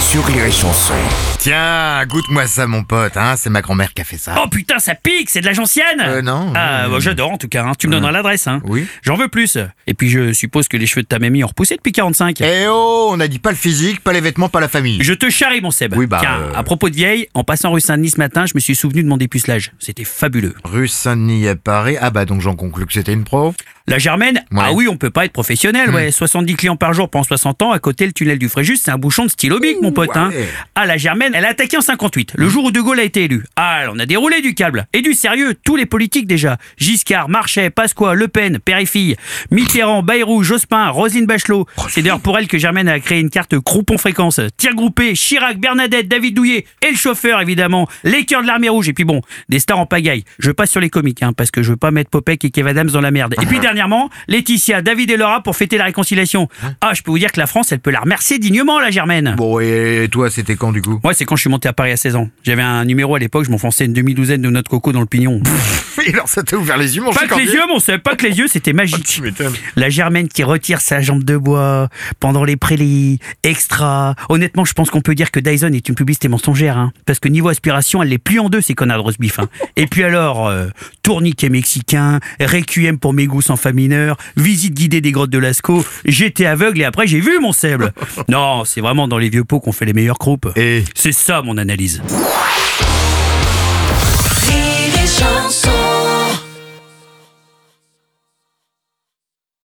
sur Rire et Chanson. Tiens, goûte-moi ça, mon pote, hein, c'est ma grand-mère qui a fait ça. Oh putain, ça pique, c'est de la gentiane Euh, non. Ah, bah, j'adore en tout cas, hein. tu me donneras l'adresse. Hein. Oui. J'en veux plus. Et puis je suppose que les cheveux de ta mamie ont repoussé depuis 45. Eh oh, on a dit pas le physique, pas les vêtements, pas la famille. Je te charrie, mon Seb. Oui, bah, Tiens, euh. à propos de vieille, en passant rue Saint-Denis ce matin, je me suis souvenu de mon dépucelage. C'était fabuleux. Rue Saint-Denis à Paris. Ah bah donc j'en conclus que c'était une pro. La Germaine, Ouais. Hmm. ah oui, on peut pas être professionnel, ouais. 70 clients par jour pendant 60 ans, à côté le tunnel du Fréjus, c'est un bouchon de stylo bic, mon pote. Hein. Mmh, ouais. Ah, la Germaine, elle a attaqué en 58, le jour où De Gaulle a été élu. Ah, on a déroulé du câble. Et du sérieux, tous les politiques déjà. Giscard, Marchais, Pasqua, Le Pen, Périfille, Mitterrand, Bayrou, Jospin, Rosine Bachelot. C'est d'ailleurs pour elle que Germaine a créé une carte croupon fréquence. Tir groupé, Chirac, Bernadette, David Douillet et le chauffeur, évidemment. Les cœurs de l'armée rouge. Et puis bon, des stars en pagaille. Je passe sur les comiques, hein, parce que je veux pas mettre Popek et Kev Adams dans la merde. Et puis dernièrement, Laetitia, David et Laura pour fêter la réconciliation. Ah, je peux vous dire que la France, elle peut la remercier dignement, la Germaine. Bon et toi c'était quand du coup Moi, c'est quand je suis monté à Paris à 16 ans. J'avais un numéro à l'époque, je m'enfonçais une demi-douzaine de noix de coco dans le pignon. Et alors ça t'a ouvert les yeux mon pas que les chicandier yeux, mon seul, pas que les yeux, c'était magique. Tu m'étonnes. La Germaine qui retire sa jambe de bois pendant les prélits, extra. Honnêtement, je pense qu'on peut dire que Dyson est une publicité mensongère, hein. Parce que niveau aspiration, elle les plie en deux, ces connards de roast beef, hein. Et puis alors, euh, tourniquet mexicain, requiem pour mes goûts sans fa mineur, visite guidée des grottes de Lascaux, j'étais aveugle et après j'ai vu mon sable. Non, c'est vraiment dans les vieux pots qu'on fait les meilleures croupes. Et C'est ça mon analyse. Rire et chanson